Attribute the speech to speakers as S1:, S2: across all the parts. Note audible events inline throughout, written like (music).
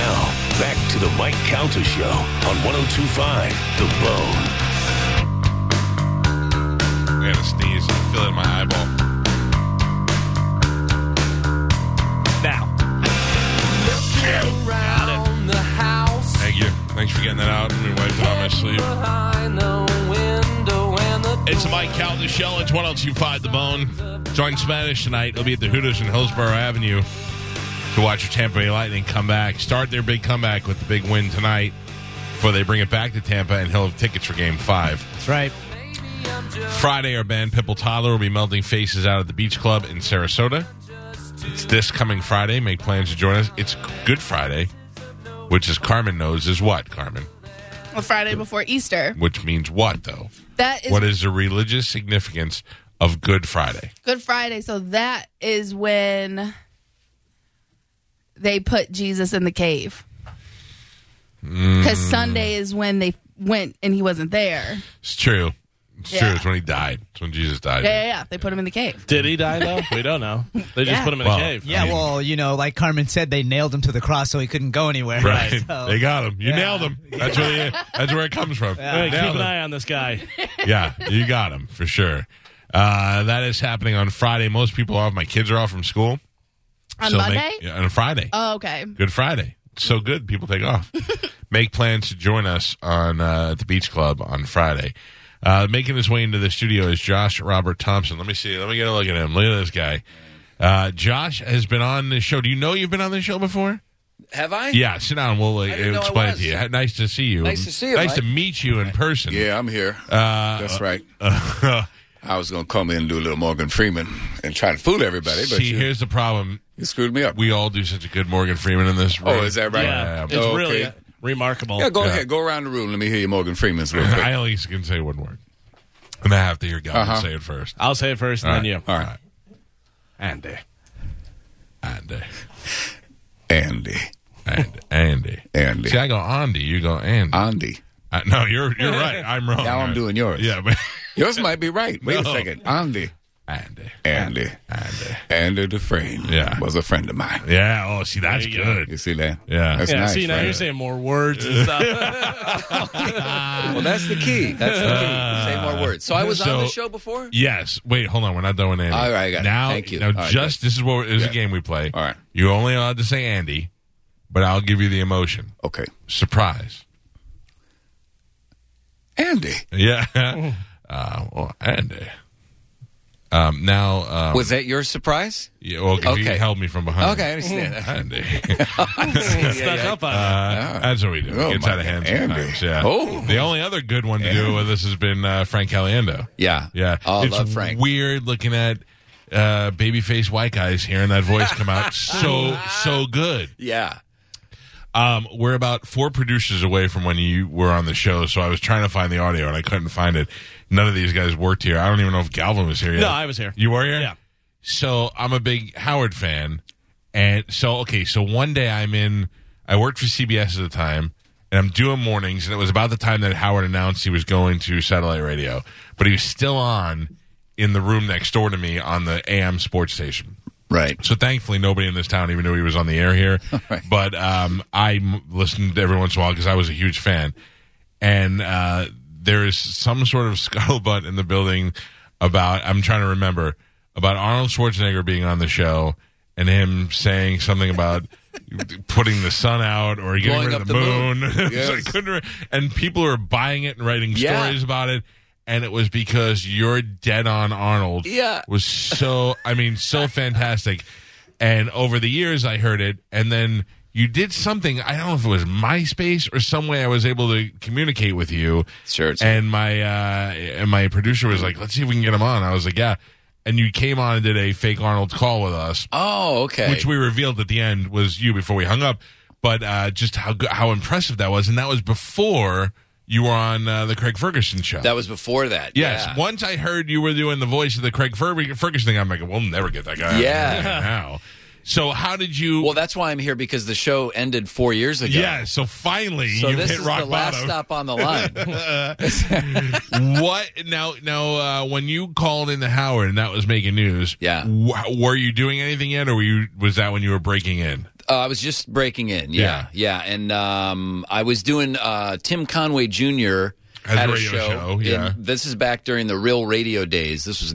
S1: Back to the Mike Calta Show on 1025 The Bone.
S2: I had a sneeze. I feel it in my eyeball.
S3: Now,
S4: Around the house,
S2: Thank you. Thanks for getting that out and we wiped it on my sleeve.
S4: behind the window and the
S2: It's the Mike Calton Show. It's 1025 The Bone. Join Spanish tonight. They'll be at the Hooters in Hillsborough Avenue to watch the Tampa Bay Lightning come back. Start their big comeback with the big win tonight before they bring it back to Tampa and he'll have tickets for game five.
S3: that's right.
S2: Friday, our band Pimple Toddler will be melting faces out at the Beach Club in Sarasota. It's this coming Friday. Make plans to join us. It's Good Friday, which, as Carmen knows, is what, Carmen?
S5: Well, Friday before Easter.
S2: Which means what, though?
S5: That is
S2: What is the religious significance of Good Friday?
S5: Good Friday. So that is when they put Jesus in the cave. Because
S6: Mm.
S5: Sunday is when they went and he wasn't there.
S2: It's true. It's
S5: Yeah.
S2: true. It's when he died. It's when Jesus died.
S5: Yeah, yeah, yeah. They put him in the cave.
S6: Did he die though? We don't know. They just
S5: Yeah.
S6: put him in
S2: Well,
S6: a cave.
S3: Yeah, well, you know, like Carmen said, they nailed him to the cross so he couldn't go anywhere.
S2: Right.
S3: (laughs) So-
S2: (laughs) They got him. You nailed him. That's where, he, that's where it comes from.
S6: Hey, keep
S2: Nailed
S6: an
S2: him.
S6: eye on this guy.
S2: (laughs) yeah, you got him for sure. Uh, that is happening on Friday. Most people are off. My kids are off from school.
S5: On
S2: So make-
S5: Monday?
S2: yeah, on Friday.
S5: Oh, okay.
S2: Good Friday. It's so good. People take
S7: (laughs)
S2: off. Make plans to join us on uh, at the Beach Club on Friday. Uh, making his way into the studio is Josh Robert Thompson. Let me see. Let me get a look at him. Look at this guy. Uh, Josh has been on this show. Do you know you've been on this show before?
S7: Have I?
S2: Yeah, sit down. We'll uh,
S7: didn't know I
S2: explain it
S7: was.
S2: to you. Nice to see you.
S7: Nice to see you,
S2: Nice to
S7: Mike.
S2: meet you in person.
S8: Yeah, I'm here.
S2: Uh,
S8: That's right.
S2: (laughs)
S8: I was going to come in and do a little Morgan Freeman and try to fool everybody, but
S2: See,
S8: you,
S2: here's the problem.
S8: you screwed me up.
S2: We all do such a good Morgan Freeman in this room.
S8: oh,
S2: (laughs)
S8: is that right? Oh,
S6: Yeah, it's
S8: Okay.
S6: really remarkable.
S8: Yeah, go ahead. Go around the room. Let me hear your Morgan Freeman's real
S2: (laughs)
S8: quick.
S2: I only can say one word. And I have to hear God
S8: Uh-huh.
S2: say it first.
S6: I'll say it first, and then you.
S8: All right.
S6: Andy.
S2: Andy.
S8: Andy.
S2: And, Andy.
S8: Andy.
S2: See, I go Andy. You go Andy.
S8: Andy.
S2: I- no, you're you're right. I'm wrong.
S8: Now I'm
S2: Right.
S8: doing yours.
S2: Yeah, but
S8: Yours might be right. Wait
S2: No.
S8: a second. Andy.
S2: Andy.
S8: Andy.
S2: Andy.
S8: Andy Dufresne
S2: Yeah.
S8: was a friend of mine.
S2: Yeah. Oh, see, that's
S6: There you go.
S2: good.
S8: You see that?
S2: Yeah.
S8: That's
S6: Yeah,
S8: nice.
S6: see, now
S8: right?
S6: you're saying more words and
S8: (laughs)
S6: stuff.
S7: Well, that's the key. That's the key. Say more words. So I was on
S2: Ah. So-
S7: the show before.
S2: Yes. Wait. Hold on. We're not doing Andy.
S8: All right, I got it.
S2: now,
S8: Thank you.
S2: Now,
S8: All right,
S2: just this is what this is a
S8: Yeah.
S2: game we play.
S8: All right.
S2: You're only allowed to say Andy, but I'll give you the emotion.
S8: Okay.
S2: Surprise.
S8: Andy.
S2: Yeah. (laughs) uh, well, Andy. Um, now, uh,
S7: Was that your surprise?
S2: yeah, well, 'cause you
S7: okay.
S2: held me from behind.
S7: Okay, I understand
S8: (laughs)
S7: that.
S2: Andy.
S6: Stuck up on it.
S2: Uh, that's what we do.
S8: Oh,
S2: it gets
S8: my
S2: out of hand
S8: God. Andy.
S2: sometimes. Yeah.
S8: Oh.
S2: The only other good one to do with this has been uh, Frank Caliendo.
S8: Yeah.
S2: Yeah.
S8: Oh, I
S2: it's
S8: love Frank.
S2: weird looking at uh, baby-faced white guys hearing that voice come
S8: (laughs)
S2: out so, so good.
S8: Yeah.
S2: Um, we're about four producers away from when you were on the show, so I was trying to find the audio and I couldn't find it. None of these guys worked here. I don't even know if Galvin was here yet.
S6: No, I was here.
S2: You were here?
S6: Yeah.
S2: So I'm a big Howard fan. And so, okay, so one day I'm in, I worked for CBS at the time, and I'm doing mornings, and it was about the time that Howard announced he was going to satellite radio, but he was still on in the room next door to me on the AM sports station.
S8: Right.
S2: So thankfully, nobody in this town even knew he was on the air here. But um, I m- listened every once in a while because I was a huge fan. And uh, there is some sort of (laughs) scuttlebutt in the building about I'm trying to remember about Arnold Schwarzenegger being on the show and him saying something about (laughs) putting the sun out or getting
S7: Blowing
S2: rid
S7: up
S2: of the,
S7: the moon.
S2: moon. (laughs) It's
S8: Yes.
S2: like, couldn't re- and people are buying it and writing
S7: Yeah.
S2: stories about it. And it was because you're dead on Arnold
S7: Yeah.
S2: was so I mean so fantastic. And over the years I heard it and then you did something, I don't know if it was MySpace or some way I was able to communicate with you.
S8: Sure, it's-
S2: And my uh and my producer was like, Let's see if we can get him on. I was like, Yeah. And you came on and did a fake Arnold call with us,
S8: Oh, okay.
S2: which we revealed at the end was you before we hung up. But uh, just how good, how impressive that was, and that was before you were on uh, the Craig Ferguson show.
S7: That was before that.
S2: Yes.
S7: Yeah.
S2: Once I heard you were doing the voice of the Craig Fer- Ferguson thing, I'm like, we'll never get that guy. out of
S7: Yeah.
S2: here Now. So how did you?
S7: Well, that's why I'm here because the show ended four years ago.
S2: yeah. So finally,
S7: So
S2: you
S7: this
S2: hit
S7: is
S2: rock
S7: the last
S2: bottom. (laughs)
S7: stop on the line. Uh,
S2: what now? Now, uh, when you called into Howard and that was making news,
S7: Yeah.
S2: wh- were you doing anything yet, or were you? Was that when you were breaking in?
S7: Uh, I was just breaking in. Yeah, yeah, and um, I was doing uh, Tim Conway Jr.
S2: Has
S7: had
S2: a
S7: a
S2: radio
S7: show.
S2: show,
S7: in-
S2: yeah.
S7: this is back during the Real Radio days. This was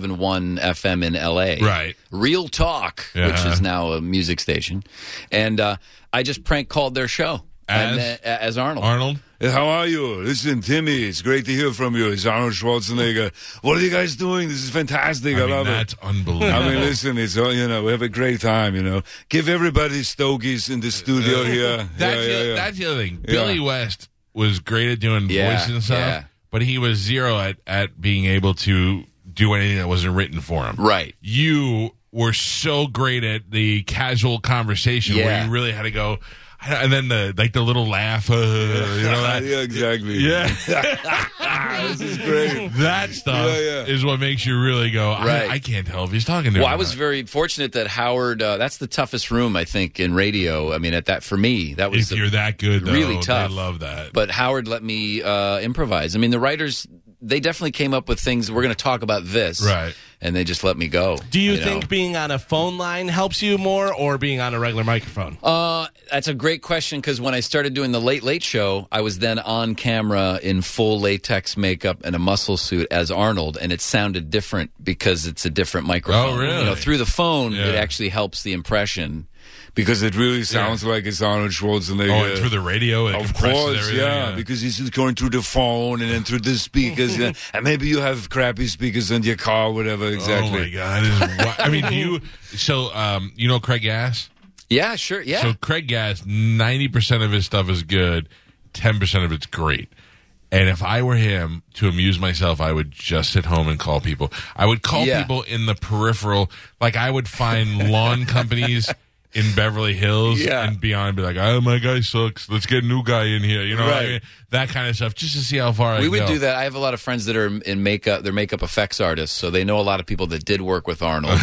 S7: 97.1 FM in LA.
S2: Right.
S7: Real Talk, which
S2: Uh-huh.
S7: is now a music station, and uh, I just prank called their show
S2: As?
S7: and, then- as Arnold.
S2: Arnold?
S8: How are you? Listen, Timmy, it's great to hear from you. It's Arnold Schwarzenegger. What are you guys doing? This is fantastic. I,
S2: I mean,
S8: love it.
S2: that's unbelievable. (laughs)
S8: I mean, listen, it's all, you know, we have a great time, you know. Give everybody stogies in the studio here.
S2: Uh, That's,
S8: yeah,
S2: the,
S8: yeah, yeah.
S2: that's the other thing. Billy West was great at doing
S7: Yeah,
S2: voice and stuff,
S7: yeah.
S2: but he was zero at, at being able to do anything that wasn't written for him.
S7: Right.
S2: You were so great at the casual conversation where
S7: Yeah.
S2: you really had to go, and then the like the little laugh, uh, you know that.
S8: yeah, exactly.
S2: (laughs) Yeah,
S8: This is great.
S2: (laughs) that stuff
S8: Yeah, yeah.
S2: is what makes you really go. I-
S7: Right.
S2: I, can't tell if he's talking to.
S7: Well,
S2: me
S7: I
S2: or
S7: was
S2: not."
S7: very fortunate that Howard. Uh, that's the toughest room I think in radio. I mean, at that for me, that was
S2: If
S7: the,
S2: you're that good, though,
S7: really tough.
S2: I love that.
S7: But Howard let me uh, improvise. I mean, the writers they definitely came up with things. We're going to talk about this,
S2: Right.
S7: And they just let me go.
S6: Do you,
S7: know?
S6: think being on a phone line helps you more or being on a regular microphone?
S7: Uh, that's a great question because when I started doing the Late Late Show, I was then on camera in full latex makeup and a muscle suit as Arnold, and it sounded different because it's a different microphone.
S2: Oh, really?
S7: You know, through the phone,
S2: Yeah.
S7: it actually helps the impression.
S8: Because it really sounds like it's Arnold Schwarzenegger.
S2: oh, and through the radio, it
S8: Of
S2: compresses
S8: course,
S2: everything,
S8: yeah, because this is going through the phone and then through the speakers, and, and maybe you have crappy speakers in your car, whatever. Exactly.
S2: Oh my god! that is wi- I mean, do you so um, you know Craig Gass?
S7: Yeah, sure. Yeah.
S2: So Craig Gass, ninety percent of his stuff is good, ten percent of it's great. And if I were him to amuse myself, I would just sit home and call people. I would call
S7: Yeah.
S2: people in the peripheral, like I would
S7: (laughs)
S2: find lawn companies in Beverly Hills
S7: Yeah.
S2: and beyond, and be like, "Oh, my guy sucks. Let's get a new guy in here." You know, what I
S7: Right.
S2: mean? that kind of stuff, just to see how far I
S7: we would
S2: go.
S7: do that. I have a lot of friends that are in makeup. They're makeup effects artists, so they know a lot of people that did work with
S2: (laughs)
S7: Arnold.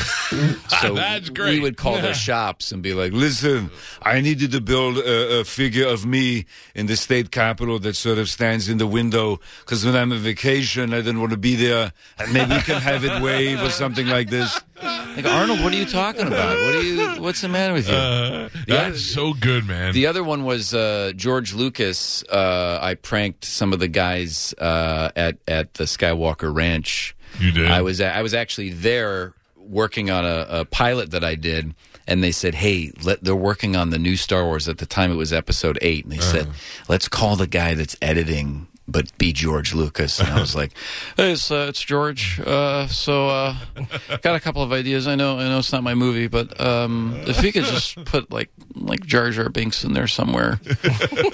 S7: so
S2: That's
S7: We
S2: great.
S7: would call their shops and be like,
S8: Listen, I needed to build a, a figure of me in the state capitol that sort of stands in the window because when I'm on vacation, I don't want to be there. And maybe you can have it wave or something like this.
S7: like Arnold, what are you talking about? What are you? What's the matter with you?
S2: Uh. That's so good, man. (laughs)
S7: The other one was uh, George Lucas. Uh, I pranked some of the guys uh, at at the Skywalker Ranch.
S2: You did?
S7: I was I was actually there working on a, a pilot that I did, and they said, "Hey, let, they're working on the new Star Wars." At the time, it was Episode Eight, and they said,
S2: Uh-huh.
S7: "Let's call the guy that's editing." But be George Lucas, and I
S2: (laughs)
S7: was like, hey, "It's uh, it's George." Uh, so, uh, got a couple of ideas. I know, I know, it's not my movie, but um, if you could just put like like Jar Jar Binks in
S2: (laughs)
S7: there somewhere,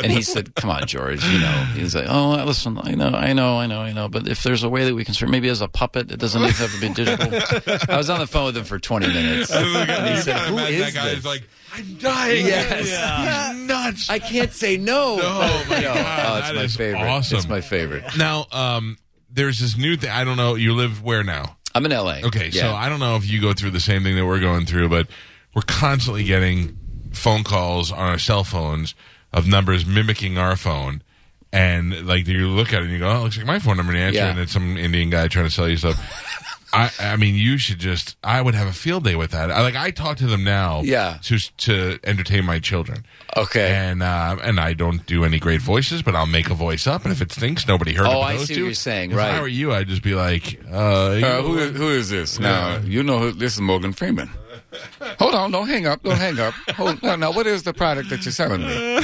S7: and he said, "Come on, George, you know." He's like, "Oh, listen, I know, I know, I know, I know, but if there's a way that we can start, maybe as a puppet, it doesn't have to be digital." I was on the phone with him for 20 minutes. And he said,
S2: I
S7: "Who
S2: imagine that
S7: is
S2: guy
S7: this?"
S2: is like, I'm dying.
S7: Yes.
S2: He's nuts.
S7: I can't say no.
S2: Oh, my
S7: No.
S2: God,
S7: Oh, it's
S2: that
S7: my
S2: is
S7: favorite.
S2: awesome.
S7: It's my favorite.
S2: now, um, there's this new thing. I don't know. You live where now?
S7: I'm in LA.
S2: Okay,
S7: Yeah.
S2: so I don't know if you go through the same thing that we're going through, but we're constantly getting phone calls on our cell phones of numbers mimicking our phone. And like you look at it and you go, oh, it looks like my phone number and you answer,
S7: Yeah.
S2: and it's some Indian guy trying to sell you
S7: (laughs)
S2: stuff. I, I mean, you should just. I would have a field day with that. I, like I talk to them now,
S7: Yeah. Oh,
S2: to to entertain my children.
S7: Okay.
S2: and uh, and I don't do any great voices, but I'll make a voice up, and if it stinks, nobody heard. it
S7: Oh,
S2: but
S7: I
S2: those
S7: see what
S2: two,
S7: you're saying,
S2: If I
S7: right.
S2: were you, I'd just be like, uh, you
S8: Uh, who, is, who is this? Now, you know who this is Morgan Freeman. Hold on, don't hang up, don't hang up. Hold, now, now, what is the product that you're selling me?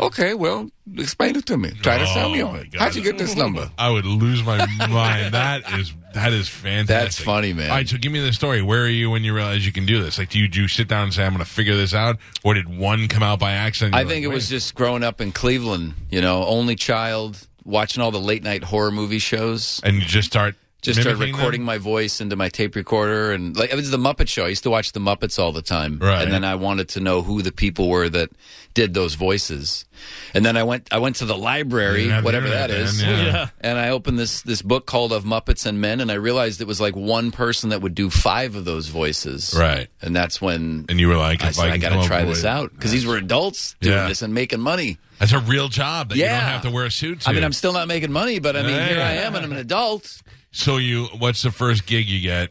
S8: Okay, well, explain it to me. Try to sell me
S2: Oh,
S8: on
S2: my
S8: it.
S2: God.
S8: How'd you get this number?
S2: I would lose my
S7: (laughs)
S2: mind. That is that is fantastic.
S7: That's funny, man.
S2: All right, so give me the story. Where are you when you realize you can do this? Like, do you do you sit down and say, "I'm going to figure this out," or did one come out by accident?
S7: I
S2: You're
S7: think it
S2: like,
S7: was
S2: "Wait."
S7: just growing up in Cleveland, you know, only child, watching all the late night horror movie shows.
S2: and you just start
S7: Just started
S2: mimicking them?
S7: recording my voice into my tape recorder, and like it was the Muppet Show. I used to watch the Muppets all the time,
S2: Right.
S7: and then I wanted to know who the people were that did those voices. And then I went, I went to the
S2: You
S7: library,
S2: didn't have the
S7: whatever
S2: internet
S7: that is,
S2: then, yeah.
S7: and I opened this this book called "Of Muppets and Men," and I realized it was like one person that would do five of those voices,
S2: Right.
S7: And that's when
S2: And you were like,
S7: I
S2: if I,
S7: said, I,
S2: can
S7: got
S2: come
S7: to
S2: up
S7: try
S2: with-
S7: this out because these were adults doing
S2: Yeah.
S7: this and making money.
S2: That's a real job that you
S7: Yeah.
S2: don't have to wear a suit. To.
S7: I mean, I'm still not making money, but I mean,
S2: Yeah.
S7: here I am and I'm an adult.
S2: so you. What's the first gig you get?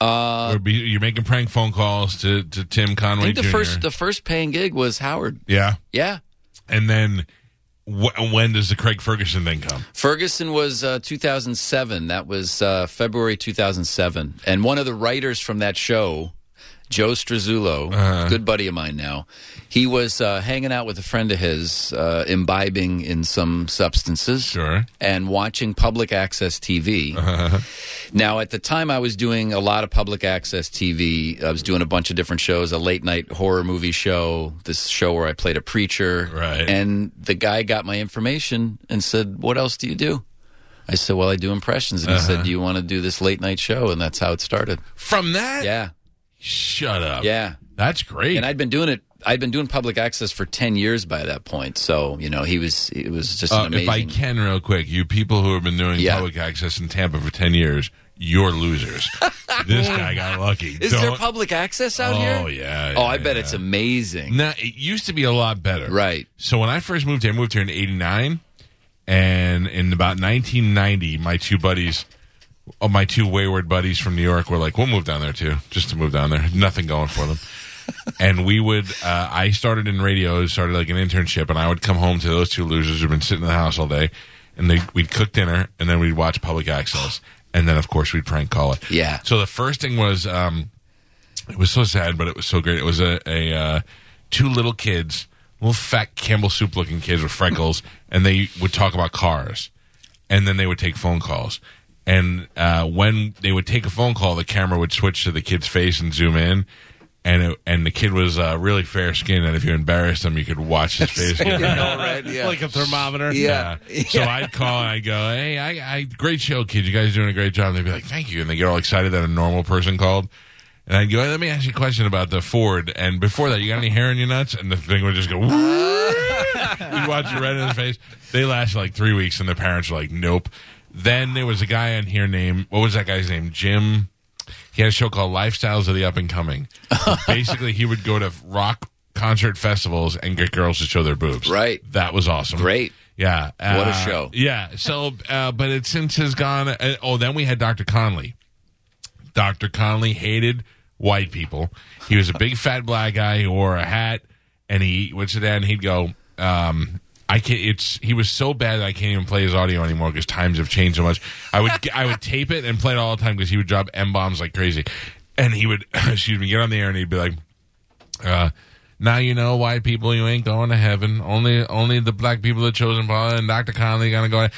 S2: Uh, you're making prank phone calls to, to Tim Conway
S7: I think the
S2: Jr.
S7: first uh, the first paying gig was Howard.
S2: yeah,
S7: Yeah.
S2: and then wh- when does the Craig Ferguson thing come?
S7: Ferguson was uh, 2007. That was uh, February 2007. And one of the writers from that show, Joe Strazzullo, good buddy of mine now, he was uh, hanging out with a friend of his, uh, imbibing in some substances.
S2: Sure.
S7: And watching public access TV.
S2: Uh-huh.
S7: Now, at the time, I was doing a lot of public access TV. I was doing a bunch of different shows, a late night horror movie show, this show where I played a preacher.
S2: Right.
S7: And the guy got my information and said, What else do you do? I said, Well, I do impressions. And he
S2: Uh-huh.
S7: said, Do you want to do this late night show? And that's how it started.
S2: From that,
S7: Yeah.
S2: shut up.
S7: Yeah.
S2: that's great.
S7: And I'd been doing it. I'd been doing public access for ten years by that point, so you know he was. It was just an
S2: Uh,
S7: amazing.
S2: if I can, real quick, you people who have been doing
S7: Yeah.
S2: public access in Tampa for ten years, you're
S7: (laughs)
S2: losers. this guy got lucky.
S7: Is there
S2: Don't-
S7: public access out
S2: Oh,
S7: here?
S2: yeah,
S7: Oh, I
S2: yeah,
S7: bet it's amazing.
S2: Now, it used to be a lot better.
S7: Right.
S2: So when I first moved here, I moved here in 89. And in about 1990, my two buddies, oh, my two wayward buddies from New York were like, we'll move down there too, just to move down there. Nothing going for
S7: (laughs)
S2: them. and we would, uh, I started in radio, started like an internship, and I would come home to those two losers who've been sitting in the house all day. And they, we'd cook dinner, and then we'd watch public access. And then, of course, we'd prank call it.
S7: Yeah.
S2: So the first thing was, um, it was so sad, but it was so great. It was a, a uh, two little kids, little fat Campbell soup looking kids with freckles, and they would talk about cars, and then they would take phone calls. And uh, when they would take a phone call, the camera would switch to the kid's face and zoom in, and it, and the kid was uh, really fair skinned, and if you embarrassed him, you could watch his face. get red.
S6: (laughs) Like a thermometer.
S2: Yeah. So I'd call and I'd go, hey, I, I, great show, kid. You guys are doing a great job. And they'd be like, thank you. And they get all excited that a normal person called. And I'd go, hey, let me ask you a question about the Ford. And before that, you got any hair in your nuts? And the thing would just go, (laughs) we'd watch it red in his face. They lasted like three weeks, and the parents were like, nope. Then there was a guy on here named, what was that guy's name? Jim. He had a show called Lifestyles of the Up and
S7: (laughs)
S2: Coming. Basically, he would go to rock concert festivals and get girls to show their boobs.
S7: Right.
S2: That was awesome.
S7: Great.
S2: Yeah.
S7: What a
S2: uh,
S7: show.
S2: Yeah. So, uh, but it since has gone. Uh, oh, then we had Dr. Conley. Dr. Conley hated white people. He was a big fat black guy who wore a hat, and he would sit down and he'd go, um, "I can't." It's he was so bad that I can't even play his audio anymore because times have changed so much. I would
S7: (laughs)
S2: I would tape it and play it all the time because he would drop m bombs like crazy, and he would (coughs) excuse me get on the air and he'd be like uh, now you know why people you ain't going to heaven. Only only the black people are chosen by and Dr. Conley gonna go.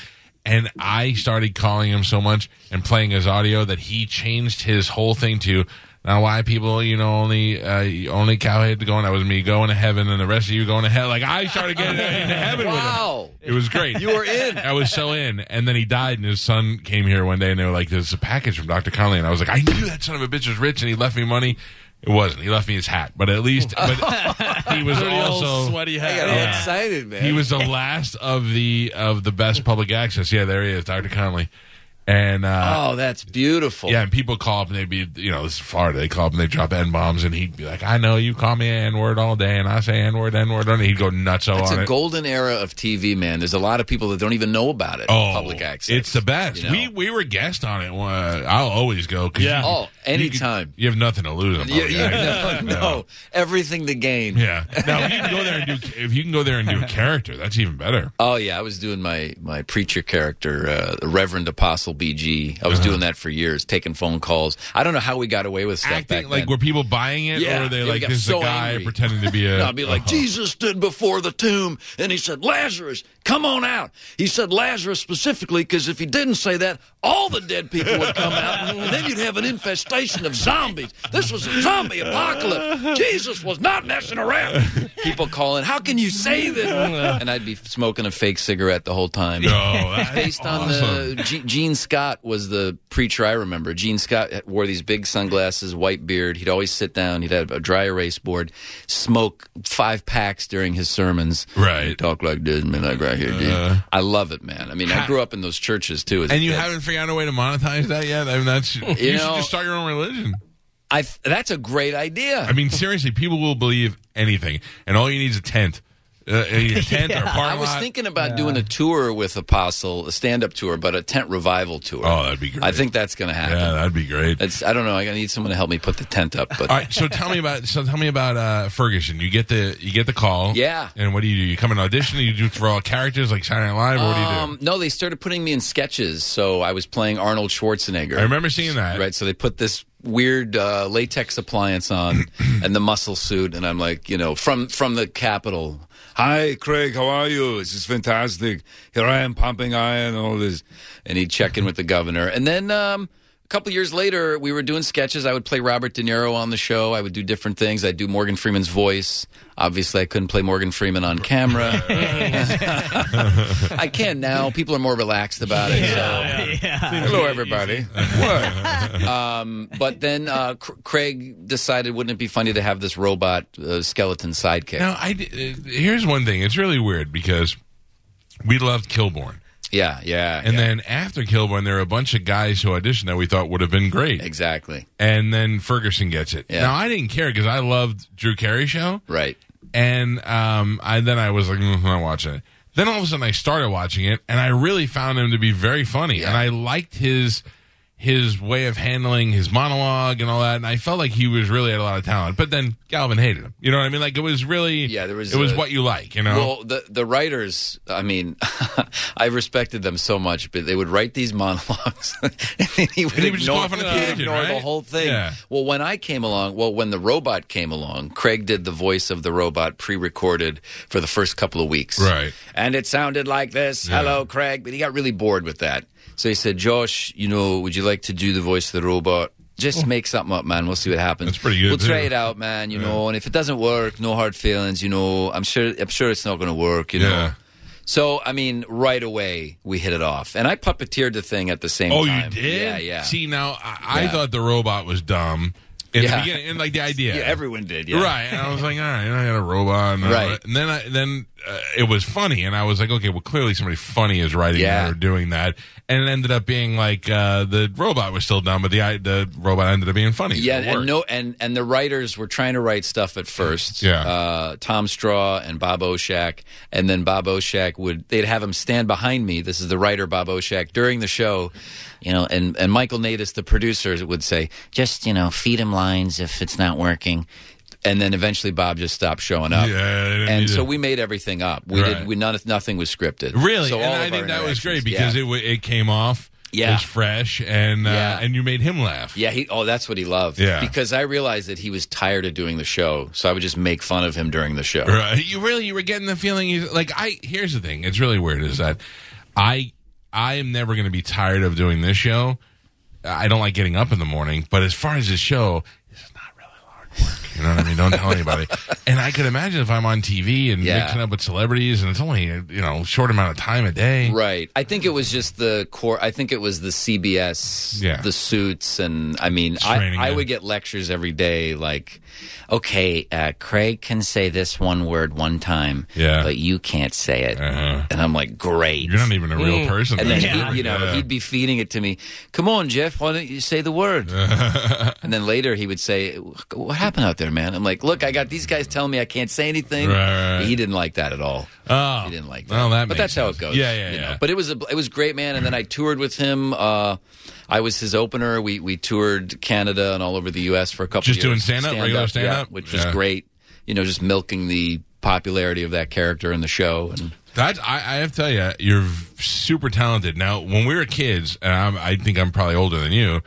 S2: And I started calling him so much and playing his audio that he changed his whole thing to now why people you know only uh, only cowhead going. That was me going to heaven and the rest of you going to hell. Like I started getting into heaven with him.
S7: Wow.
S2: It was great. you were in. I was so in. And then he died, and his son came here one day, and they were like, "There's a package from Dr. Conley," and I was like, "I knew that son of a bitch was rich, and he left me money." It wasn't. He left me his hat, but at least but he was
S6: Pretty old
S2: also
S6: sweaty hat.
S2: Yeah.
S7: excited, man.
S2: he was the last of the of the best public access. Yeah, there he is, Dr. Conley, and uh,
S7: oh, that's beautiful.
S2: yeah, and people call up and they'd be you know this is Florida. They call up and they drop n bombs, and he'd be like, "I know you call me n word all day, and I say n word, n word," and he'd go nuts on
S7: It's
S2: it.
S7: a golden era of TV, man. There's a lot of people that don't even know about it. public access.
S2: Oh, It's the best.
S7: you know?
S2: We we were guest on it. Uh, I'll always go. 'cause
S6: Yeah.
S2: you-
S7: Oh,
S2: you could-
S7: anytime.
S2: You, have nothing to lose. On
S7: Yeah,
S2: public (laughs)
S7: yeah, (laughs) no,
S2: access.
S7: no, everything to gain.
S2: Oh, Yeah. Now if you can go there and do if you can go there and do a character, that's even better.
S7: Oh yeah, I was doing my my preacher character, uh, the Reverend Apostle BG. I was
S2: Uh-huh.
S7: doing that for years, taking phone calls. I don't know how we got away with stuff
S2: Acting
S7: back
S2: like
S7: then.
S2: were people buying it,
S7: Yeah,
S2: or were they
S7: they
S2: like
S7: got
S2: this
S7: so
S2: is a guy
S7: angry.
S2: pretending to
S7: (laughs)
S2: be a?
S7: And I'd be
S2: (laughs)
S7: like, Jesus stood before the tomb and he said, Lazarus, come on out. He said Lazarus specifically because if he didn't say that, all the dead people would come out and then you'd have an infestation of zombies. This was a zombie apocalypse. Jesus was not messing around. People calling, how can you say this? And I'd be smoking a fake cigarette the whole time.
S2: No, Oh, that's
S7: Based on
S2: awesome.
S7: the G- Gene Scott was the preacher I remember. Gene Scott wore these big sunglasses, white beard. He'd always sit down. He'd have a dry erase board, smoke five packs during his sermons.
S2: Right. Uh-huh.
S7: He'd talk like this, man, like right here, dude. I love it, man. I mean, I grew up in those churches too. As a
S2: And you
S7: kid.
S2: haven't figured out a way to monetize that yet. I mean, that's you, should
S7: know-
S2: just start your own religion.
S7: I that's a great idea.
S2: I mean, seriously, people will believe anything, and all you need is a tent. uh, in your tent
S7: (laughs)
S2: or parking
S7: I was
S2: lot.
S7: thinking about doing a tour with Apostle, a stand-up tour, but a tent revival tour.
S2: Oh, that'd be great.
S7: I think that's going to happen.
S2: yeah, that'd be great.
S7: It's, I don't know. I need someone to help me put the tent up. But
S2: All right, so tell me about so tell me about uh, Ferguson. You get the you get the call,
S7: Yeah.
S2: And what do you do? You come and audition. You do for all characters like Saturday Night Live, or what do you do?
S7: um, no, they started putting me in sketches. So I was playing Arnold Schwarzenegger.
S2: I remember seeing that.
S7: Right. So they put this weird uh, latex appliance on and the muscle suit, and I'm like, you know, from from the Capitol.
S8: Hi, Craig. How are you? This is fantastic. Here I am pumping iron, all this.
S7: and he'd check in with the governor. And then um, a couple years later, we were doing sketches. I would play Robert De Niro on the show. I would do different things. I'd do Morgan Freeman's voice. Obviously, I couldn't play Morgan Freeman on camera. (laughs) I can now. People are more relaxed about it. so. Hello, everybody. What? (laughs) um, but then uh, Cr- Craig decided, wouldn't it be funny to have this robot uh, skeleton sidekick?
S2: Now, I d- uh, here's one thing. It's really weird because we loved Kilborn,
S7: Yeah, yeah.
S2: and
S7: yeah.
S2: then after Kilborn, there were a bunch of guys who auditioned that we thought would have been great,
S7: exactly.
S2: and then Ferguson gets it.
S7: Yeah.
S2: Now, I didn't care because I loved Drew Carey show,
S7: Right.
S2: and um, I then I was like, mm, I'm not watching it. Then all of a sudden, I started watching it, and I really found him to be very funny, and I liked his his way of handling his monologue and all that, and I felt like he was really had a lot of talent. But then Galvin hated him. You know what I mean? Like it was really
S7: Yeah, there was
S2: it was
S7: a-
S2: what you like. You know,
S7: Well, the the writers, I mean, (laughs) I respected them so much, but they would write these (laughs) monologues, and then he would
S2: And he would just go
S7: ignore,
S2: off on a
S7: he'd
S2: tangent,
S7: ignore the
S2: right?
S7: whole thing.
S2: Yeah.
S7: Well, when I came along, well, when the robot came along, Craig did the voice of the robot pre-recorded for the first couple of weeks,
S2: Right.
S7: And it sounded like this, "Hello, Craig," but he got really bored with that. So he said, "Josh, you know, would you like to do the voice of the robot?" Just make something up, man. We'll see what happens.
S2: Oh. That's pretty good,
S7: We'll try
S2: too.
S7: it out, man. You know, and if it doesn't work, no hard feelings. You know, I'm sure. I'm sure it's not going to work. You know.
S2: Yeah.
S7: So I mean, right away we hit it off, and I puppeteered the thing at the same
S2: Oh,
S7: time.
S2: you did?
S7: Yeah, yeah.
S2: See, now I, I
S7: Yeah.
S2: thought the robot was dumb in the
S7: Yeah.
S2: beginning, and like the idea.
S7: yeah, everyone did. Yeah.
S2: Right, and I was like, all right, I got a robot, and,
S7: Right.
S2: and then I, then uh, it was funny, and I was like, okay, well, clearly somebody funny is writing
S7: Yeah.
S2: that or doing that, and it ended up being like uh, the robot was still dumb, but the I, the robot ended up being funny.
S7: Yeah,
S2: It
S7: and
S2: worked.
S7: no, and and the writers were trying to write stuff at first.
S2: Yeah.
S7: uh, Tom Straw and Bob Oshak, and then Bob Oshak would they'd have him stand behind me. This is the writer Bob Oshak during the show, you know, and and Michael Natus, the producer, would say, just you know, feed him lines if it's not working, and then eventually Bob just stopped showing up.
S2: Yeah, I didn't
S7: and
S2: need
S7: so
S2: to-
S7: we made everything up. We
S2: Right.
S7: did. We none, nothing was scripted.
S2: Really,
S7: So all
S2: and
S7: of
S2: I
S7: our
S2: think that was great
S7: interactions-
S2: because
S7: yeah.
S2: it wa- it came off,
S7: Yeah.
S2: it was fresh, and
S7: Yeah.
S2: uh, and you made him laugh.
S7: Yeah, he. Oh, that's what he loved.
S2: Yeah.
S7: because I realized that he was tired of doing the show, so I would just make fun of him during the show.
S2: Right. You really you were getting the feeling you like I here's the thing, it's really weird is that I I am never gonna be tired of doing this show. I don't like getting up in the morning, but as far as this show, this is not really hard work. You know what I mean? Don't tell
S7: (laughs)
S2: anybody. And I could imagine if I'm on TV and
S7: Yeah.
S2: mixing up with celebrities and it's only you know, short amount of time a day.
S7: Right. I think it was just the core. I think it was the CBS,
S2: Yeah.
S7: the suits, and I mean,
S2: Straining
S7: I, I
S2: it.
S7: would get lectures every day. Like, okay, uh, Craig can say this one word one time,
S2: Yeah.
S7: but you can't say it.
S2: Uh-huh.
S7: And I'm like, great.
S2: You're not even a real person.
S7: Mm. and then
S2: Yeah.
S7: he'd, you know
S2: Yeah.
S7: he'd be feeding it to me. Come on, Jeff, why don't you say
S2: (laughs)
S7: the word? and then later he would say, "What happened out there, man?" I'm like, "Look, I got these guys telling me I can't say anything."
S2: Right, right.
S7: He didn't like that at all.
S2: Oh.
S7: He didn't like that.
S2: Well, that
S7: but
S2: makes
S7: that's how it
S2: sense.
S7: goes.
S2: Yeah, yeah,
S7: you
S2: yeah.
S7: But it was a, it was great, man. And then I toured with him. Uh, I was his opener. We we toured Canada and all over the U.S. for a couple.
S2: Just
S7: years.
S2: doing stand-up, regular
S7: yeah,
S2: stand-up?
S7: which was
S2: Yeah.
S7: great. You know, just milking the popularity of that character in the show. And
S2: That I, I have to tell you, you're v- super talented. Now, when we were kids, and I'm, I think I'm probably older than you,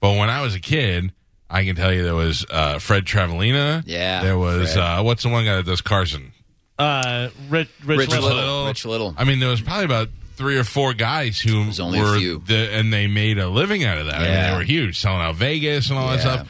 S2: but when I was a kid, I can tell you there was uh, Fred Travelina.
S7: Yeah,
S2: there was
S7: Fred.
S2: uh, what's the one guy that does Carson?
S9: Uh, Rich, Rich,
S7: Rich
S9: Little.
S7: Little. Rich Little.
S2: I mean, there was probably about three or four guys who
S7: was only a
S2: were
S7: few.
S2: The, and they made a living out of that. I mean,
S7: Yeah.
S2: they were huge, selling out Vegas and all that
S7: Yeah.
S2: stuff.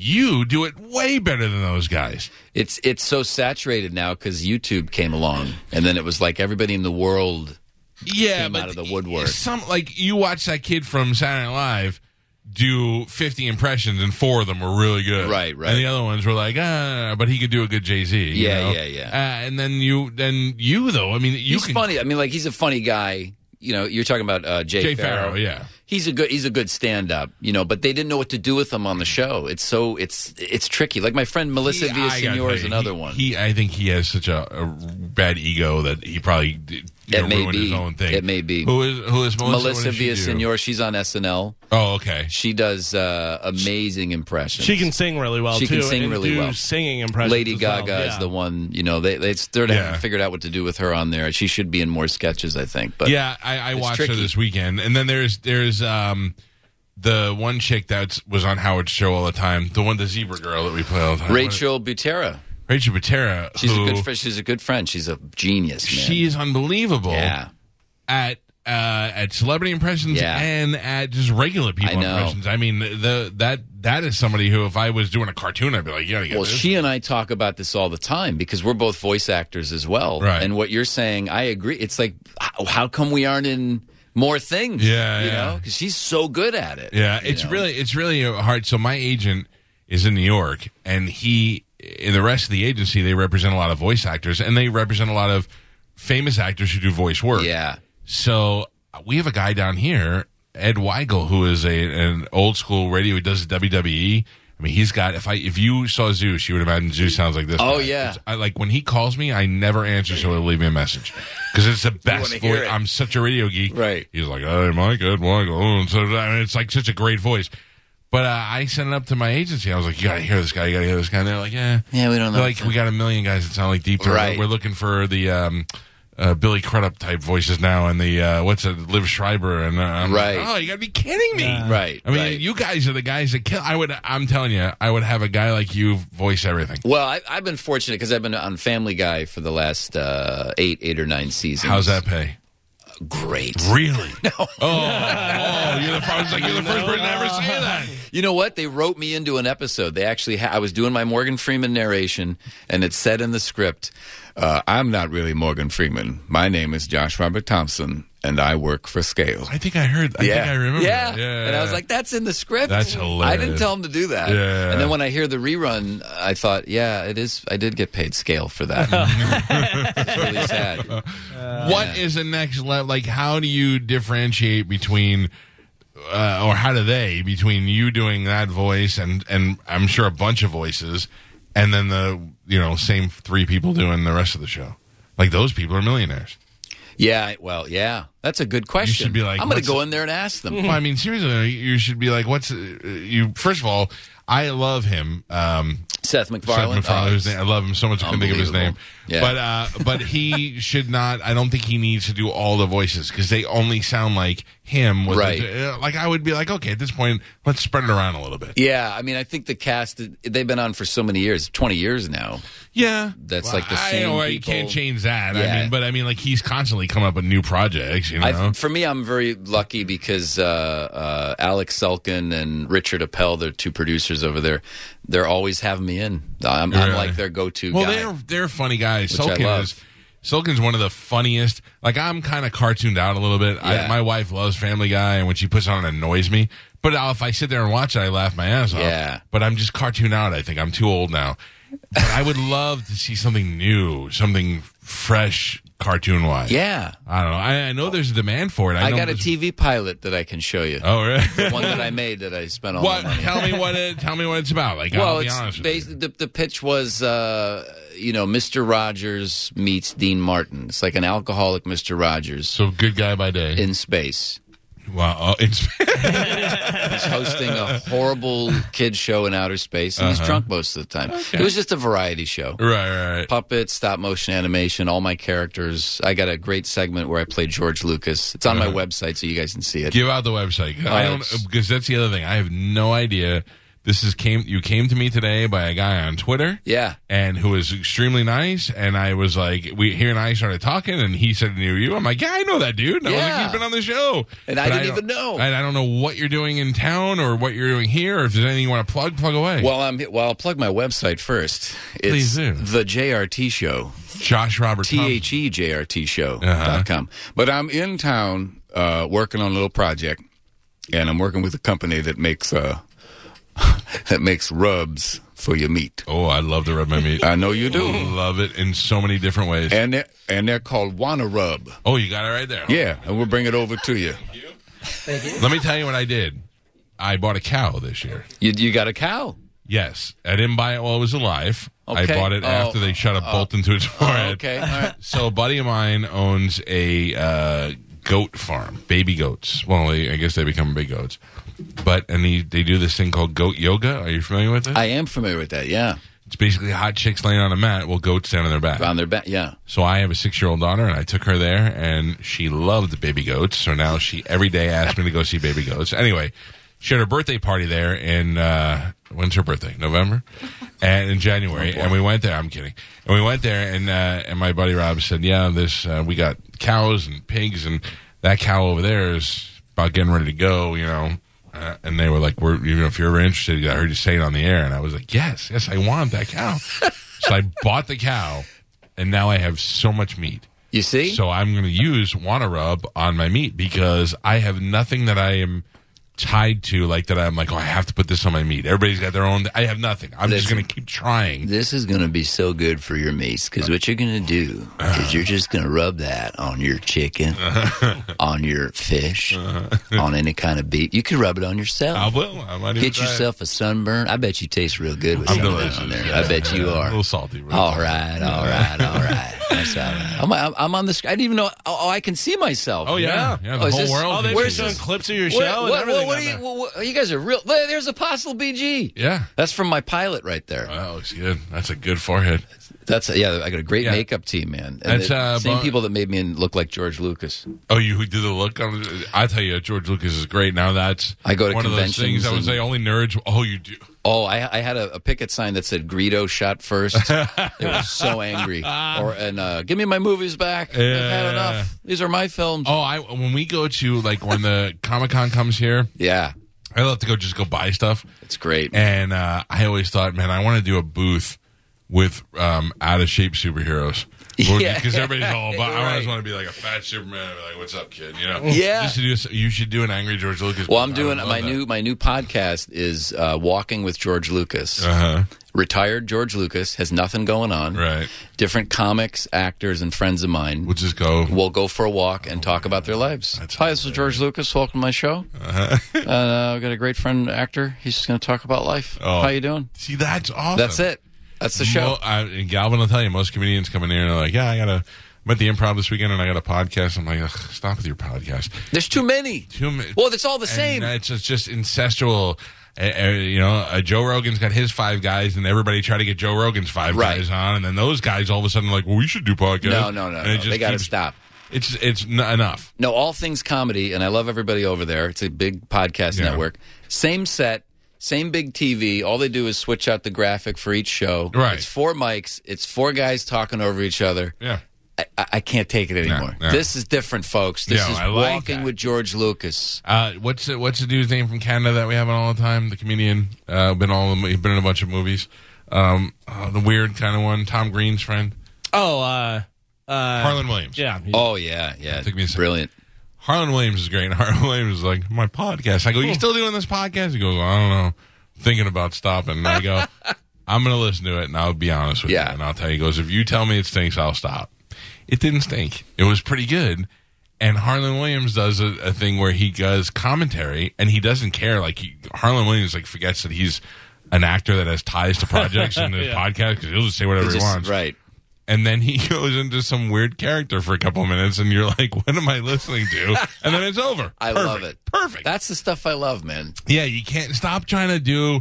S2: You do it way better than those guys.
S7: It's it's so saturated now because YouTube came along, and then it was like everybody in the world.
S2: yeah,
S7: came
S2: but
S7: out of the woodwork.
S2: Some like you watch that kid from Saturday Night Live do 50 impressions and four of them were really good.
S7: Right, right.
S2: And the other ones were like, ah, but he could do a good Jay Z.
S7: Yeah, yeah, yeah.
S2: Uh, and then you, then you though, I mean, you
S7: He's
S2: can.
S7: funny. I mean, like he's a funny guy. You know, you're talking about uh, Jay,
S2: Jay Farrow, yeah.
S7: He's a good he's a good stand up. You know, but they didn't know what to do with him on the show. It's so it's it's tricky. Like my friend Melissa
S2: I gotta
S7: Villasenor
S2: tell
S7: is
S2: you,
S7: another
S2: he-
S7: one.
S2: He, I think he has such a, a bad ego that he probably you know,
S7: It may
S2: ruined his
S7: be.
S2: own thing.
S7: It may be.
S2: Who is who is Melissa? What
S7: Melissa
S2: does she do?
S7: Villasenor, she's on SNL.
S2: Oh, okay.
S7: She does uh, amazing impressions.
S6: She can sing really well
S7: She
S6: too.
S7: can sing
S6: and
S7: really
S6: do
S7: well.
S6: Singing impressions.
S7: Lady
S6: as well,
S7: Gaga is
S6: yeah.
S7: the one. You know, they they they're
S2: Yeah.
S7: haven't figured out what to do with her on there. She should be in more sketches, I think. But
S2: Yeah, I, I watched her
S7: tricky.
S2: this weekend, and then there's there's um the one chick that was on Howard's show all the time, the one the zebra girl that we play all the time,
S7: Rachel Butera,
S2: Rachel Patera.
S7: she's
S2: who,
S7: a good friend. She's a good friend. She's a genius. Man.
S2: She is unbelievable.
S7: yeah.
S2: at uh, at celebrity impressions
S7: Yeah.
S2: and at just regular people
S7: I know.
S2: impressions. I mean, the that that is somebody who, if I was doing a cartoon, I'd be like, yeah,
S7: Well,
S2: this.
S7: she and I talk about this all the time because we're both voice actors as well.
S2: Right.
S7: And what you're saying, I agree. It's like, how, how come we aren't in more things?
S2: Yeah,
S7: you
S2: yeah.
S7: know, because she's so good at it.
S2: Yeah,
S7: you
S2: it's
S7: know?
S2: really it's really hard. So my agent is in New York, and he in the rest of the agency they represent a lot of voice actors, and they represent a lot of famous actors who do voice work.
S7: Yeah.
S2: So we have a guy down here, Ed Weigel, who is a an old school radio. He does WWE. I mean, he's got. If I if you saw Zeus, you would imagine Zeus sounds like this.
S7: Oh,
S2: guy.
S7: yeah.
S2: It's- I like when he calls me, I never answer, so he'll leave me a message because it's
S7: (laughs)
S2: the best.
S7: hear
S2: voice.
S7: it.
S2: I'm such a radio geek.
S7: Right.
S2: He's like, hey, Mike, Ed Weigel. Oh, And so I mean, it's like such a great voice. But uh, I sent it up to my agency. I was like, you got to hear this guy. You got to hear this guy. And they're like, yeah.
S7: Yeah, we don't know.
S2: They're like, we got a million guys that sound like Deep Throat.
S7: Right.
S2: We're looking for the um, uh, Billy Crudup type voices now and the, uh, what's it, Liv Schreiber. And uh, I'm like,
S7: Right.
S2: oh, you got to be kidding me.
S7: Right.
S2: I mean,
S7: right.
S2: you guys are the guys that kill. I would, I'm telling you, I would have a guy like you voice everything.
S7: Well, I, I've been fortunate because I've been on Family Guy for the last uh, eight, eight or nine seasons.
S2: How's that pay?
S7: Great.
S2: Really? (laughs) No. Oh, oh, you're the, I was like, you're the first person to ever say that.
S7: You know what? They wrote me into an episode. They actually, ha- I was doing my Morgan Freeman narration, and it said in the script, uh, "I'm not really Morgan Freeman. My name is Josh Robert Thompson, and I work for Scale."
S2: I think I heard. I think I remember.
S7: Yeah.
S2: that. yeah.
S7: And I was like, that's in the script.
S2: That's
S7: I
S2: hilarious.
S7: didn't tell him to do that.
S2: Yeah.
S7: And then when I hear the rerun, I thought, yeah, it is. I did get paid scale for
S2: (laughs)
S7: that. it's really sad.
S2: What is the next level? Like, how do you differentiate between, uh, or how do they between you doing that voice and and I'm sure a bunch of voices, and then the you know same three people doing the rest of the show? Like those people are millionaires.
S7: Yeah. I- Well, yeah. That's a good question.
S2: should be like,
S7: I'm going
S2: what's
S7: to go
S2: the- Mm-hmm.
S7: in there and ask them.
S2: Well, I mean, seriously, you should be like, what's uh, you? First of all, I love him. Um,
S7: Seth
S2: Seth
S7: MacFarlane.
S2: MacFarlane,
S7: Oh,
S2: whose name- I love him so much. I couldn't think of his name.
S7: Unbelievable. Yeah.
S2: But uh, but
S7: (laughs)
S2: he should not. I don't think he needs to do all the voices because they only sound like him. With
S7: Right.
S2: the- uh, like I would be like, okay, at this point, let's spread it around a little bit.
S7: yeah. I mean, I think the cast, they've been on for so many years, 20 years now.
S2: Yeah,
S7: That's like the
S2: I, know
S7: same
S2: I
S7: people.
S2: can't change that. I
S7: Yeah.
S2: mean, but I mean, like he's constantly coming up with new projects. You know,
S7: I, for me, I'm very lucky because uh, uh, Alex Selkin and Richard Appel, they're two producers over there. They're always having me in. I'm, I'm
S2: Really?
S7: like their go-to
S2: well,
S7: guy.
S2: they're they're funny guys.
S7: Which I
S2: Sulkin
S7: love.
S2: is Sulkin's one of the funniest. Like I'm kind of cartooned out a little bit. I,
S7: Yeah.
S2: my wife loves Family Guy, and when she puts it on, it annoys me. But I'll- if I sit there and watch it, I laugh my ass off.
S7: Yeah.
S2: But I'm just cartooned out. I think I'm too old now. But I would love to see something new, something fresh, cartoon wise.
S7: yeah.
S2: I don't know. I, I know there's a demand for it. I,
S7: I,
S2: know
S7: got a
S2: there's-
S7: TV pilot that I can show you.
S2: Oh,
S7: (laughs)
S2: really?
S7: One that I made that I spent all
S2: what?
S7: Oh, my money. on.
S2: Tell me what it. Tell me what it's about. Like,
S7: Well,
S2: I'll be
S7: it's
S2: honest.
S7: based,
S2: with
S7: the, the pitch was, uh, you know, Mister Rogers meets Dean Martin. It's like an alcoholic Mister Rogers
S2: you. so good guy by day.
S7: in space.
S2: wow. Oh, (laughs) it's
S7: He's hosting
S2: (laughs)
S7: a horrible kid show in outer space, and he's
S2: Uh-huh.
S7: drunk most of the time. It was just a variety show.
S2: right, right, right.
S7: puppets, stop motion animation, all my characters. I got a great segment where I played George Lucas. It's on my website, so you guys can see it.
S2: Uh-huh. Give out the website. I don't
S7: it's-
S2: because that's the other thing. I have no idea. This is came you came to me today by a guy on Twitter.
S7: Yeah.
S2: And who was extremely nice, and I was like, we here and I started talking, and he said, "Knew you." I'm like, "Yeah, I know that dude." And I was like,
S7: Yeah.
S2: "He's been on the show,"
S7: And I
S2: But
S7: didn't even know.
S2: And I don't know what you're doing in town or what you're doing here, or if there's anything you want to plug, plug away.
S7: Well, I'm well. I'll plug my website first. It's
S2: Please do.
S7: the JRT Show,
S2: Josh Robert
S7: T
S2: Thompson.
S7: H E J R T Show
S2: Uh-huh.
S7: dot com. But I'm in town uh, working on a little project, and I'm working with a company that makes uh, (laughs) that makes rubs for your meat.
S2: Oh, I love to rub my meat.
S7: I know you do,
S2: love it in so many different ways.
S7: and they're, and they're called Wanna Rub.
S2: oh, you got it right there.
S7: Yeah, and we'll bring it over to you.
S2: Let me tell you what I did. I bought a cow this year.
S7: You, you got a cow.
S2: Yes, I didn't buy it while it was alive.
S7: Okay.
S2: I bought it
S7: Oh,
S2: after they shot a bolt into its forehead.
S7: okay. All right.
S2: So a buddy of mine owns a uh, goat farm, baby goats. Well, they, I guess they become big goats, but and they they do this thing called goat yoga. Are you familiar with it?
S7: (laughs) I am familiar with that. Yeah,
S2: it's basically hot chicks laying on a mat while goats stand on their back.
S7: on their back. Yeah.
S2: So I have a six year old daughter, and I took her there, and she loved baby goats. So now she every day asks me to go see baby goats. Anyway, she had her birthday party there in uh, when's her birthday? November, and in January, and we went there. I'm kidding, and we went there, and uh, and my buddy Rob said, "Yeah, this uh, we got cows and pigs, and that cow over there is about getting ready to go, you know." Uh, and they were like, "We're you know, if you're ever interested, I heard you say it on the air." And I was like, "Yes, yes, I want that cow." so I bought the cow, and now I have so much meat.
S7: You see?
S2: So I'm going to use Wanna Rub on my meat because I have nothing that I am tied to, like that I'm like, oh, I have to put this on my meat. Everybody's got their own. I have nothing. I'm just
S7: Listen.
S2: going to keep trying.
S7: This is going to be so good for your meats because what you're going to do is
S2: Uh-huh.
S7: you're just going to rub that on your chicken, on your fish, on any kind of beef. You could rub it on yourself.
S2: Uh-huh. I will. I might even
S7: Get
S2: try it.
S7: yourself a sunburn. I bet you taste real good with
S2: I'm
S7: some of that
S2: delicious,
S7: on there.
S2: yeah.
S7: I bet you
S2: Yeah,
S7: are.
S2: a little salty, really
S7: All
S2: salty.
S7: right, all right, all right. That's all right. I'm, I'm, I'm on the. sc- I didn't even know. Oh, oh, I can see myself.
S2: Oh, yeah. Yeah, the
S7: is
S2: whole world
S6: Oh,
S2: can
S6: they're
S2: see
S6: just
S2: this.
S6: doing clips of your show
S7: What,
S6: and
S7: what,
S6: everything.
S7: what
S6: on
S7: do you,
S6: there.
S7: what- what- you guys are real. there- There's Apostle BG.
S2: Yeah.
S7: That's from my pilot right there.
S2: Wow, that looks Oh, good. That's a good forehead.
S7: That's yeah. I got a great
S2: Yeah.
S7: makeup team, man. And
S2: That's,
S7: the
S2: uh,
S7: same
S2: bu-
S7: people that made me look like George Lucas.
S2: Oh, you who did the look? on I tell you, George Lucas is great. Now that's
S7: I go to
S2: one of those
S7: conventions
S2: things. I would
S7: and-
S2: say only nerds. Oh, you do.
S7: Oh, I, I had a, a picket sign that said "Greedo
S2: (laughs)
S7: shot first. they were so angry. Or and uh, give me my movies back. I've had
S2: Yeah.
S7: enough. These are my films.
S2: Oh, I when we go to like when
S7: (laughs)
S2: the Comic Con comes here,
S7: Yeah,
S2: I love to go just go buy stuff.
S7: it's great.
S2: And uh, I always thought, man, I want to do a booth with um, out of shape superheroes.
S7: Yeah.
S2: Because everybody's all about. I always
S7: Right.
S2: want to be like a fat Superman. and be like, what's up, kid? You know?
S7: Yeah.
S2: Just to do, s- you should do an angry George Lucas.
S7: well, I'm
S2: booth. I would
S7: doing
S2: love
S7: my
S2: that.
S7: new my new podcast is uh, Walking with George Lucas.
S2: Uh-huh.
S7: Retired George Lucas has nothing going on.
S2: Right.
S7: Different comics, actors, and friends of mine.
S2: We'll just go.
S7: we'll go for a walk and talk about their lives.
S2: That's Uh-huh.
S7: Hi, this is George Lucas. Welcome to my show. uh (laughs) I've got a great friend, actor. He's just going to talk about life.
S2: Oh.
S7: How you doing?
S2: See, that's awesome.
S7: That's it. That's the show.
S2: Well, I, and Galvin will tell you, most comedians come in here and they're like, yeah, I got a. I'm at the improv this weekend and I got a podcast. I'm like, Ugh, stop with your podcast.
S7: There's too many.
S2: Too ma-
S7: Well, it's all the
S2: and
S7: same.
S2: It's just, just incestual. Uh, uh, you know, uh, Joe Rogan's got his five guys, and everybody try to get Joe Rogan's five
S7: Right.
S2: guys on, and then those guys all of a sudden are like, well, we should do podcasts.
S7: No, no, no.
S2: And
S7: no.
S2: it just
S7: They got to
S2: keeps-
S7: stop.
S2: It's it's n- enough.
S7: No, all things comedy, and I love everybody over there. It's a big podcast
S2: Yeah.
S7: network. Same set, same big TV. All they do is switch out the graphic for each show.
S2: Right.
S7: It's four mics. It's four guys talking over each other.
S2: Yeah.
S7: I, I I can't take it anymore.
S2: no.
S7: This is different, folks. This
S2: No,
S7: is
S2: I like
S7: walking
S2: that.
S7: with George Lucas.
S2: Uh, what's the, what's the dude's name from Canada that we have on all the time? The comedian uh, been all the, he's been in a bunch of movies. Um, uh, the weird kind of one, Tom Green's friend,
S9: Oh, uh, uh,
S2: Harlan Williams.
S9: yeah.
S7: Oh yeah, yeah.
S2: Took me a second.
S7: Brilliant.
S2: Harlan Williams is great. (laughs) And Harlan Williams is like, my podcast. I go,
S7: Oh.
S2: you still doing this podcast? He goes, well, I don't know. Thinking about stopping. And I
S7: (laughs)
S2: go, I'm going to listen to it and I'll be honest with
S7: Yeah.
S2: you. And I'll tell you, he goes, if you tell me it stinks, I'll stop. It didn't stink. It was pretty good. And Harlan Williams does a, a thing where he does commentary and he doesn't care. Like he, Harlan Williams like forgets that he's an actor that has ties to projects
S7: (laughs)
S2: and his podcast because he'll just say whatever he
S7: Just-
S2: wants
S7: right.
S2: and then he (laughs) goes into some weird character for a couple of minutes, and you're like, "What am I listening to?" And then it's over.
S7: (laughs) I
S2: Perfect.
S7: love it.
S2: Perfect.
S7: That's the stuff I love, man.
S2: yeah, you can't stop trying to do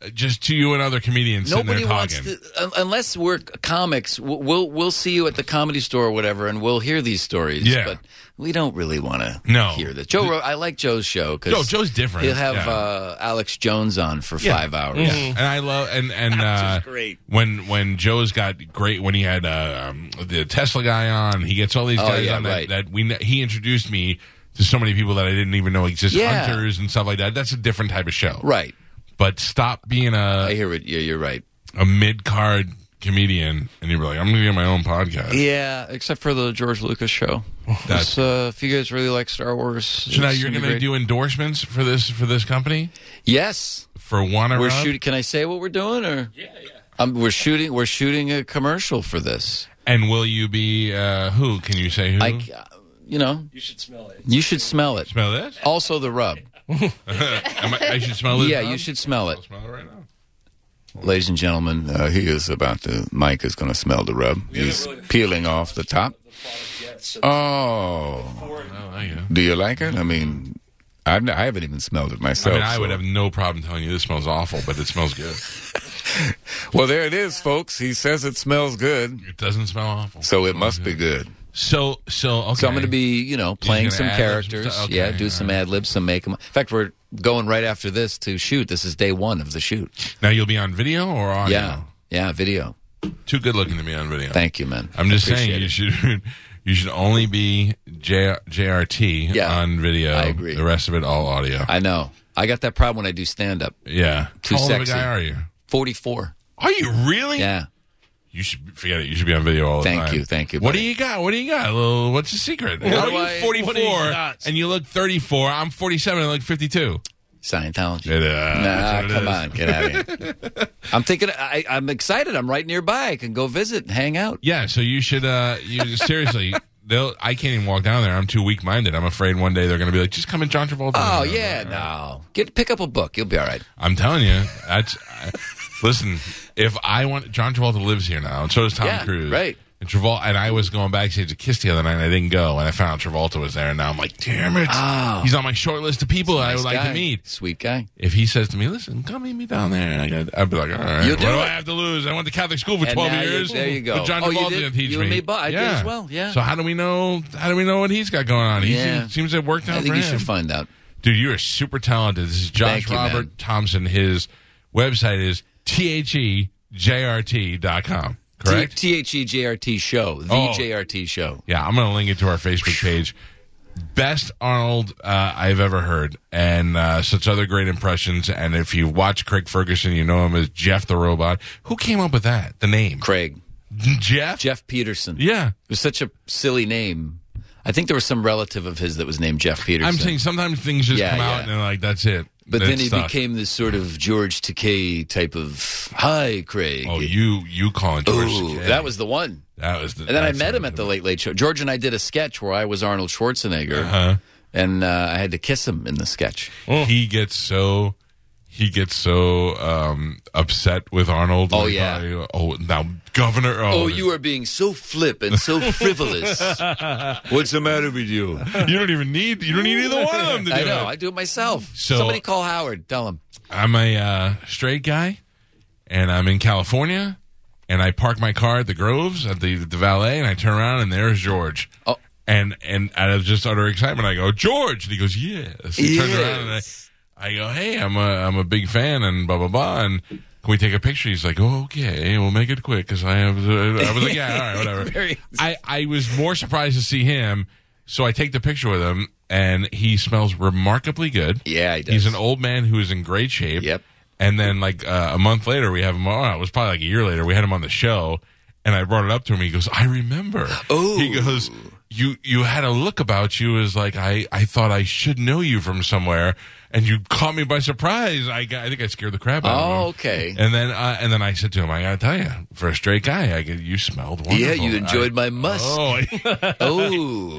S2: uh, just to you and other comedians
S7: Nobody
S2: sitting there
S7: wants
S2: talking.
S7: to, un- unless we're c- comics. w- We'll we'll see you at the comedy store or whatever, and we'll hear these stories.
S2: Yeah.
S7: But we don't really want to
S2: No.
S7: hear this. Joe, Ro- I like Joe's show because
S2: Joe- Joe's different,
S7: He'll have
S2: yeah.
S7: uh, Alex Jones on for five hours.
S2: Yeah. Mm-hmm. And I love and and uh,
S7: great.
S2: when when Joe's got great when he had uh, um, the Tesla guy on, he gets all these
S7: Oh,
S2: guys
S7: yeah,
S2: on that,
S7: right.
S2: that we kn- he introduced me to so many people that I didn't even know exist,
S7: Yeah.
S2: hunters and stuff like that. That's a different type of show,
S7: Right.
S2: But stop being a
S7: I hear what you You're right.
S2: a mid card comedian, and you were like, "I'm going to get my own podcast."
S7: Yeah, except for the George Lucas show.
S2: That's-
S7: It's, uh, if you guys really like Star Wars,
S2: So now
S7: it's
S2: you're
S7: gonna be
S2: going to
S7: great.
S2: do endorsements for this for this company
S7: yes.
S2: for one
S7: We're
S2: or
S7: shooting. Can I say what we're doing? Or yeah, yeah. Um, we're shooting. We're shooting a commercial for this.
S2: and will you be uh, who? Can you say who?
S7: I, c- uh, you know, you should smell it. You should smell it.
S2: smell this.
S7: Also, the rub.
S2: (laughs) Am I, I should smell this.
S7: Oh. Yeah,
S2: now?
S7: you should smell it.
S2: I'll smell it right now.
S7: Ladies and gentlemen, uh, he is about to. Mike is going to smell the rub. He's peeling off the top. Oh,
S2: I, uh,
S7: do you like it? I mean, I've, I haven't even smelled it
S2: I
S7: myself.
S2: mean, I
S7: so-
S2: would have no problem telling you this smells awful, but it smells good.
S7: Well, there it is, folks. He says it smells good,
S2: It doesn't smell awful.
S7: so it must be good.
S2: So, so okay.
S7: So I'm going to be, you know, playing
S2: gonna
S7: some
S2: ad-lib some
S7: characters.
S2: stuff?
S7: yeah,
S2: Okay,
S7: do some
S2: all right.
S7: ad libs, some make them. In fact, we're going right after this to shoot. This is day one of the shoot.
S2: now. You'll be on video or audio?
S7: Yeah, yeah, video.
S2: Too good looking to be on video.
S7: Thank you, man.
S2: I'm just
S7: Appreciate
S2: saying
S7: it.
S2: you should (laughs) you should only be J, JRT
S7: Yeah,
S2: on video.
S7: I agree.
S2: The rest of it all audio.
S7: I know. I got that problem when I do stand up.
S2: yeah.
S7: Too
S2: How old
S7: sexy.
S2: of a guy are you?
S7: Forty four.
S2: Are you really?
S7: Yeah.
S2: You should forget it. You should be on video all the
S7: Thank
S2: time.
S7: you, thank you,
S2: What
S7: buddy.
S2: do you got? What do you got? A little, what's the secret? How
S7: do
S2: are
S7: I-
S2: you 44
S6: what do you got?
S2: and you look 34? I'm 47 and I look 52.
S7: Scientology.
S2: It, uh,
S7: Nah,
S2: that's what it
S7: come
S2: is.
S7: on, get out of here.
S2: (laughs)
S7: I'm thinking. I, I'm excited. I'm right nearby. I can go visit, and hang out.
S2: Yeah, so you should. uh You seriously. (laughs) They'll, I can't even walk down there. I'm too weak minded. I'm afraid one day they're going to be like, just come in John Travolta.
S7: Oh
S2: And I'm
S7: yeah,
S2: like,
S7: no. Get pick up a book. You'll be all right.
S2: I'm telling you, that's. I, listen, if I want John Travolta lives here now, and so does Tom
S7: Yeah,
S2: Cruise,
S7: right.
S2: And Travolta and I was going backstage to Kiss the other night, and I didn't go, and I found out Travolta was there, and now I'm like, damn it, he's on my short list of people that I
S7: Oh. Nice
S2: would like
S7: guy.
S2: to meet.
S7: Sweet guy.
S2: If he says to me, "Listen, come meet me down there," and I got, I'd be like, "All right,
S7: You'll
S2: what
S7: do
S2: do
S7: it.
S2: I have to lose? I went to Catholic school for
S7: And
S2: twelve
S7: now you-
S2: years.
S7: there you go.
S2: But John
S7: Oh, you
S2: Travolta
S7: did?
S2: didn't teach
S7: You
S2: me.
S7: and me both. I did as well, yeah.
S2: So how do we know? How do we know what he's got going on? He
S7: Yeah.
S2: seems, seems to have worked out
S7: I think
S2: for
S7: you
S2: him.
S7: should find out.
S2: Dude, you are super talented. This is Josh
S7: Thank you,
S2: Robert
S7: man.
S2: Thompson. His website is E thejrt.com, correct?
S7: T H E J R T show. The
S2: Oh.
S7: JRT show.
S2: yeah, I'm going to link it to our Facebook page. Best Arnold uh, I've ever heard, and uh, such other great impressions. And if you watch Craig Ferguson, you know him as Jeff the Robot. Who came up with that? The name
S7: Craig.
S2: Jeff?
S7: Jeff Peterson.
S2: Yeah,
S7: It was such a silly name. I think there was some relative of his that was named Jeff Peterson.
S2: I'm saying sometimes things just
S7: Yeah,
S2: come
S7: yeah.
S2: out and they're like, that's it.
S7: but
S2: That
S7: then he
S2: stuck.
S7: became this sort of George Takei type of hi Craig.
S2: Oh, you you calling George?
S7: Ooh,
S2: Takei.
S7: that was the one.
S2: that was. The,
S7: And then I
S2: that's
S7: met
S2: the-
S7: him at the Late Late Show. George and I did a sketch where I was Arnold Schwarzenegger,
S2: Uh-huh.
S7: and uh, I had to kiss him in the sketch.
S2: he gets so he gets so um upset with Arnold.
S7: Oh,
S2: Like,
S7: yeah.
S2: uh, oh now governor. Oh,
S7: Oh, you are being so flip and (laughs) so frivolous.
S8: What's the matter with you?
S2: you don't even need you don't need either one of them to do
S7: I know. I
S2: it.
S7: do it myself.
S2: So-
S7: Somebody call Howard. Tell him.
S2: I'm a uh, straight guy, and I'm in California, and I park my car at the Groves at the the valet, and I turn around and there's George.
S7: Oh.
S2: And and out of just utter excitement, I go George, and he goes yes. He turns around and I,
S7: Yes.
S2: I go, hey, I'm a I'm a big fan, and blah blah blah, and can we take a picture? He's like, oh, okay, we'll make it quick because I have. uh, I was like, yeah, all right, whatever.
S7: (laughs) Very-
S2: I I was more surprised to see him, so I take the picture with him, and he smells remarkably good.
S7: Yeah, he does.
S2: He's an old man who is in great shape.
S7: Yep.
S2: And then like uh, a month later, we have him. on. it was probably like a year later. We had him on the show, and I brought it up to him. He goes, "I remember."
S7: Oh.
S2: He goes, "You you had a look about you as like I I thought I should know you from somewhere, and you caught me by surprise. I got, I think I scared the crap out of him."
S7: Oh, okay.
S2: And then uh, and then I said to him, "I gotta tell you, for a straight guy, I could, you smelled wonderful.
S7: Yeah, you
S2: I-
S7: enjoyed my musk.
S2: (laughs) Oh,
S7: Oh,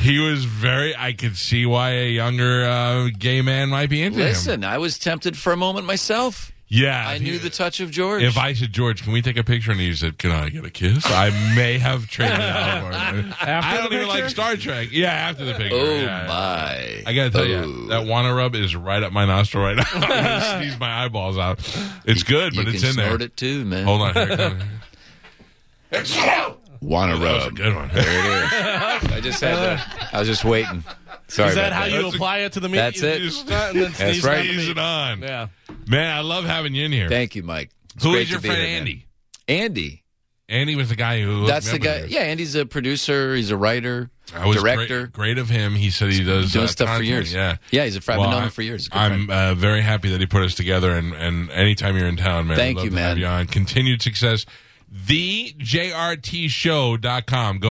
S2: he was very. I could see why a younger uh, gay man might be into him.
S7: listen, I was tempted for a moment myself.
S2: Yeah,
S7: I
S2: he-
S7: knew the touch of George.
S2: If I said, George, can we take a picture? And he said, Can I get a kiss? I may have traded out of our. I don't even like Star Trek. Yeah, after the picture.
S7: oh
S2: yeah.
S7: my!
S2: I gotta tell
S7: Oh.
S2: you, that wanna rub is right up my nostril right now. (laughs) I'm gonna sneeze my eyeballs out. It's good,
S7: you
S2: but it's
S7: can
S2: in there.
S7: snort it too, man.
S2: Hold on, here it
S7: (laughs)
S2: comes.
S7: Wanna
S2: That was a
S7: rub?
S2: good one.
S7: I just had. To,
S2: (laughs)
S7: I was just waiting. Sorry
S6: Is that
S7: about
S6: how
S7: that.
S6: you
S2: That's a-
S6: apply it to the meat?
S7: That's
S6: You
S7: it.
S6: do snot and then sneeze
S7: right.
S6: down the
S2: Sneeze it
S6: meat.
S2: on.
S6: Yeah.
S2: Man, I love having you in here.
S7: Thank you, Mike. It's
S2: Who
S7: great
S2: is your
S7: to be
S2: friend
S7: here, man.
S2: Andy?
S7: Andy.
S2: Andy was the guy who. hooked
S7: That's
S2: me
S7: the
S2: up with
S7: guy.
S2: you.
S7: Yeah, Andy's a producer. He's a writer,
S2: I was great-
S7: director.
S2: Great, of him. He said he does uh,
S7: doing stuff for
S2: content.
S7: years.
S2: Yeah,
S7: Yeah, he's a friend. I've
S2: Well,
S7: known him
S2: I'm-
S7: for years. Good
S2: I'm uh, very happy that he put us together, and, and anytime you're in town, man,
S7: Thank
S2: I'd love
S7: you,
S2: to have
S7: man.
S2: you on. Continued success. TheJRTShow.com. Go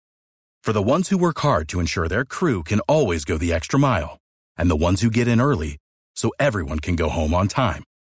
S10: For the ones who work hard to ensure their crew can always go the extra mile, and the ones who get in early so everyone can go home on time,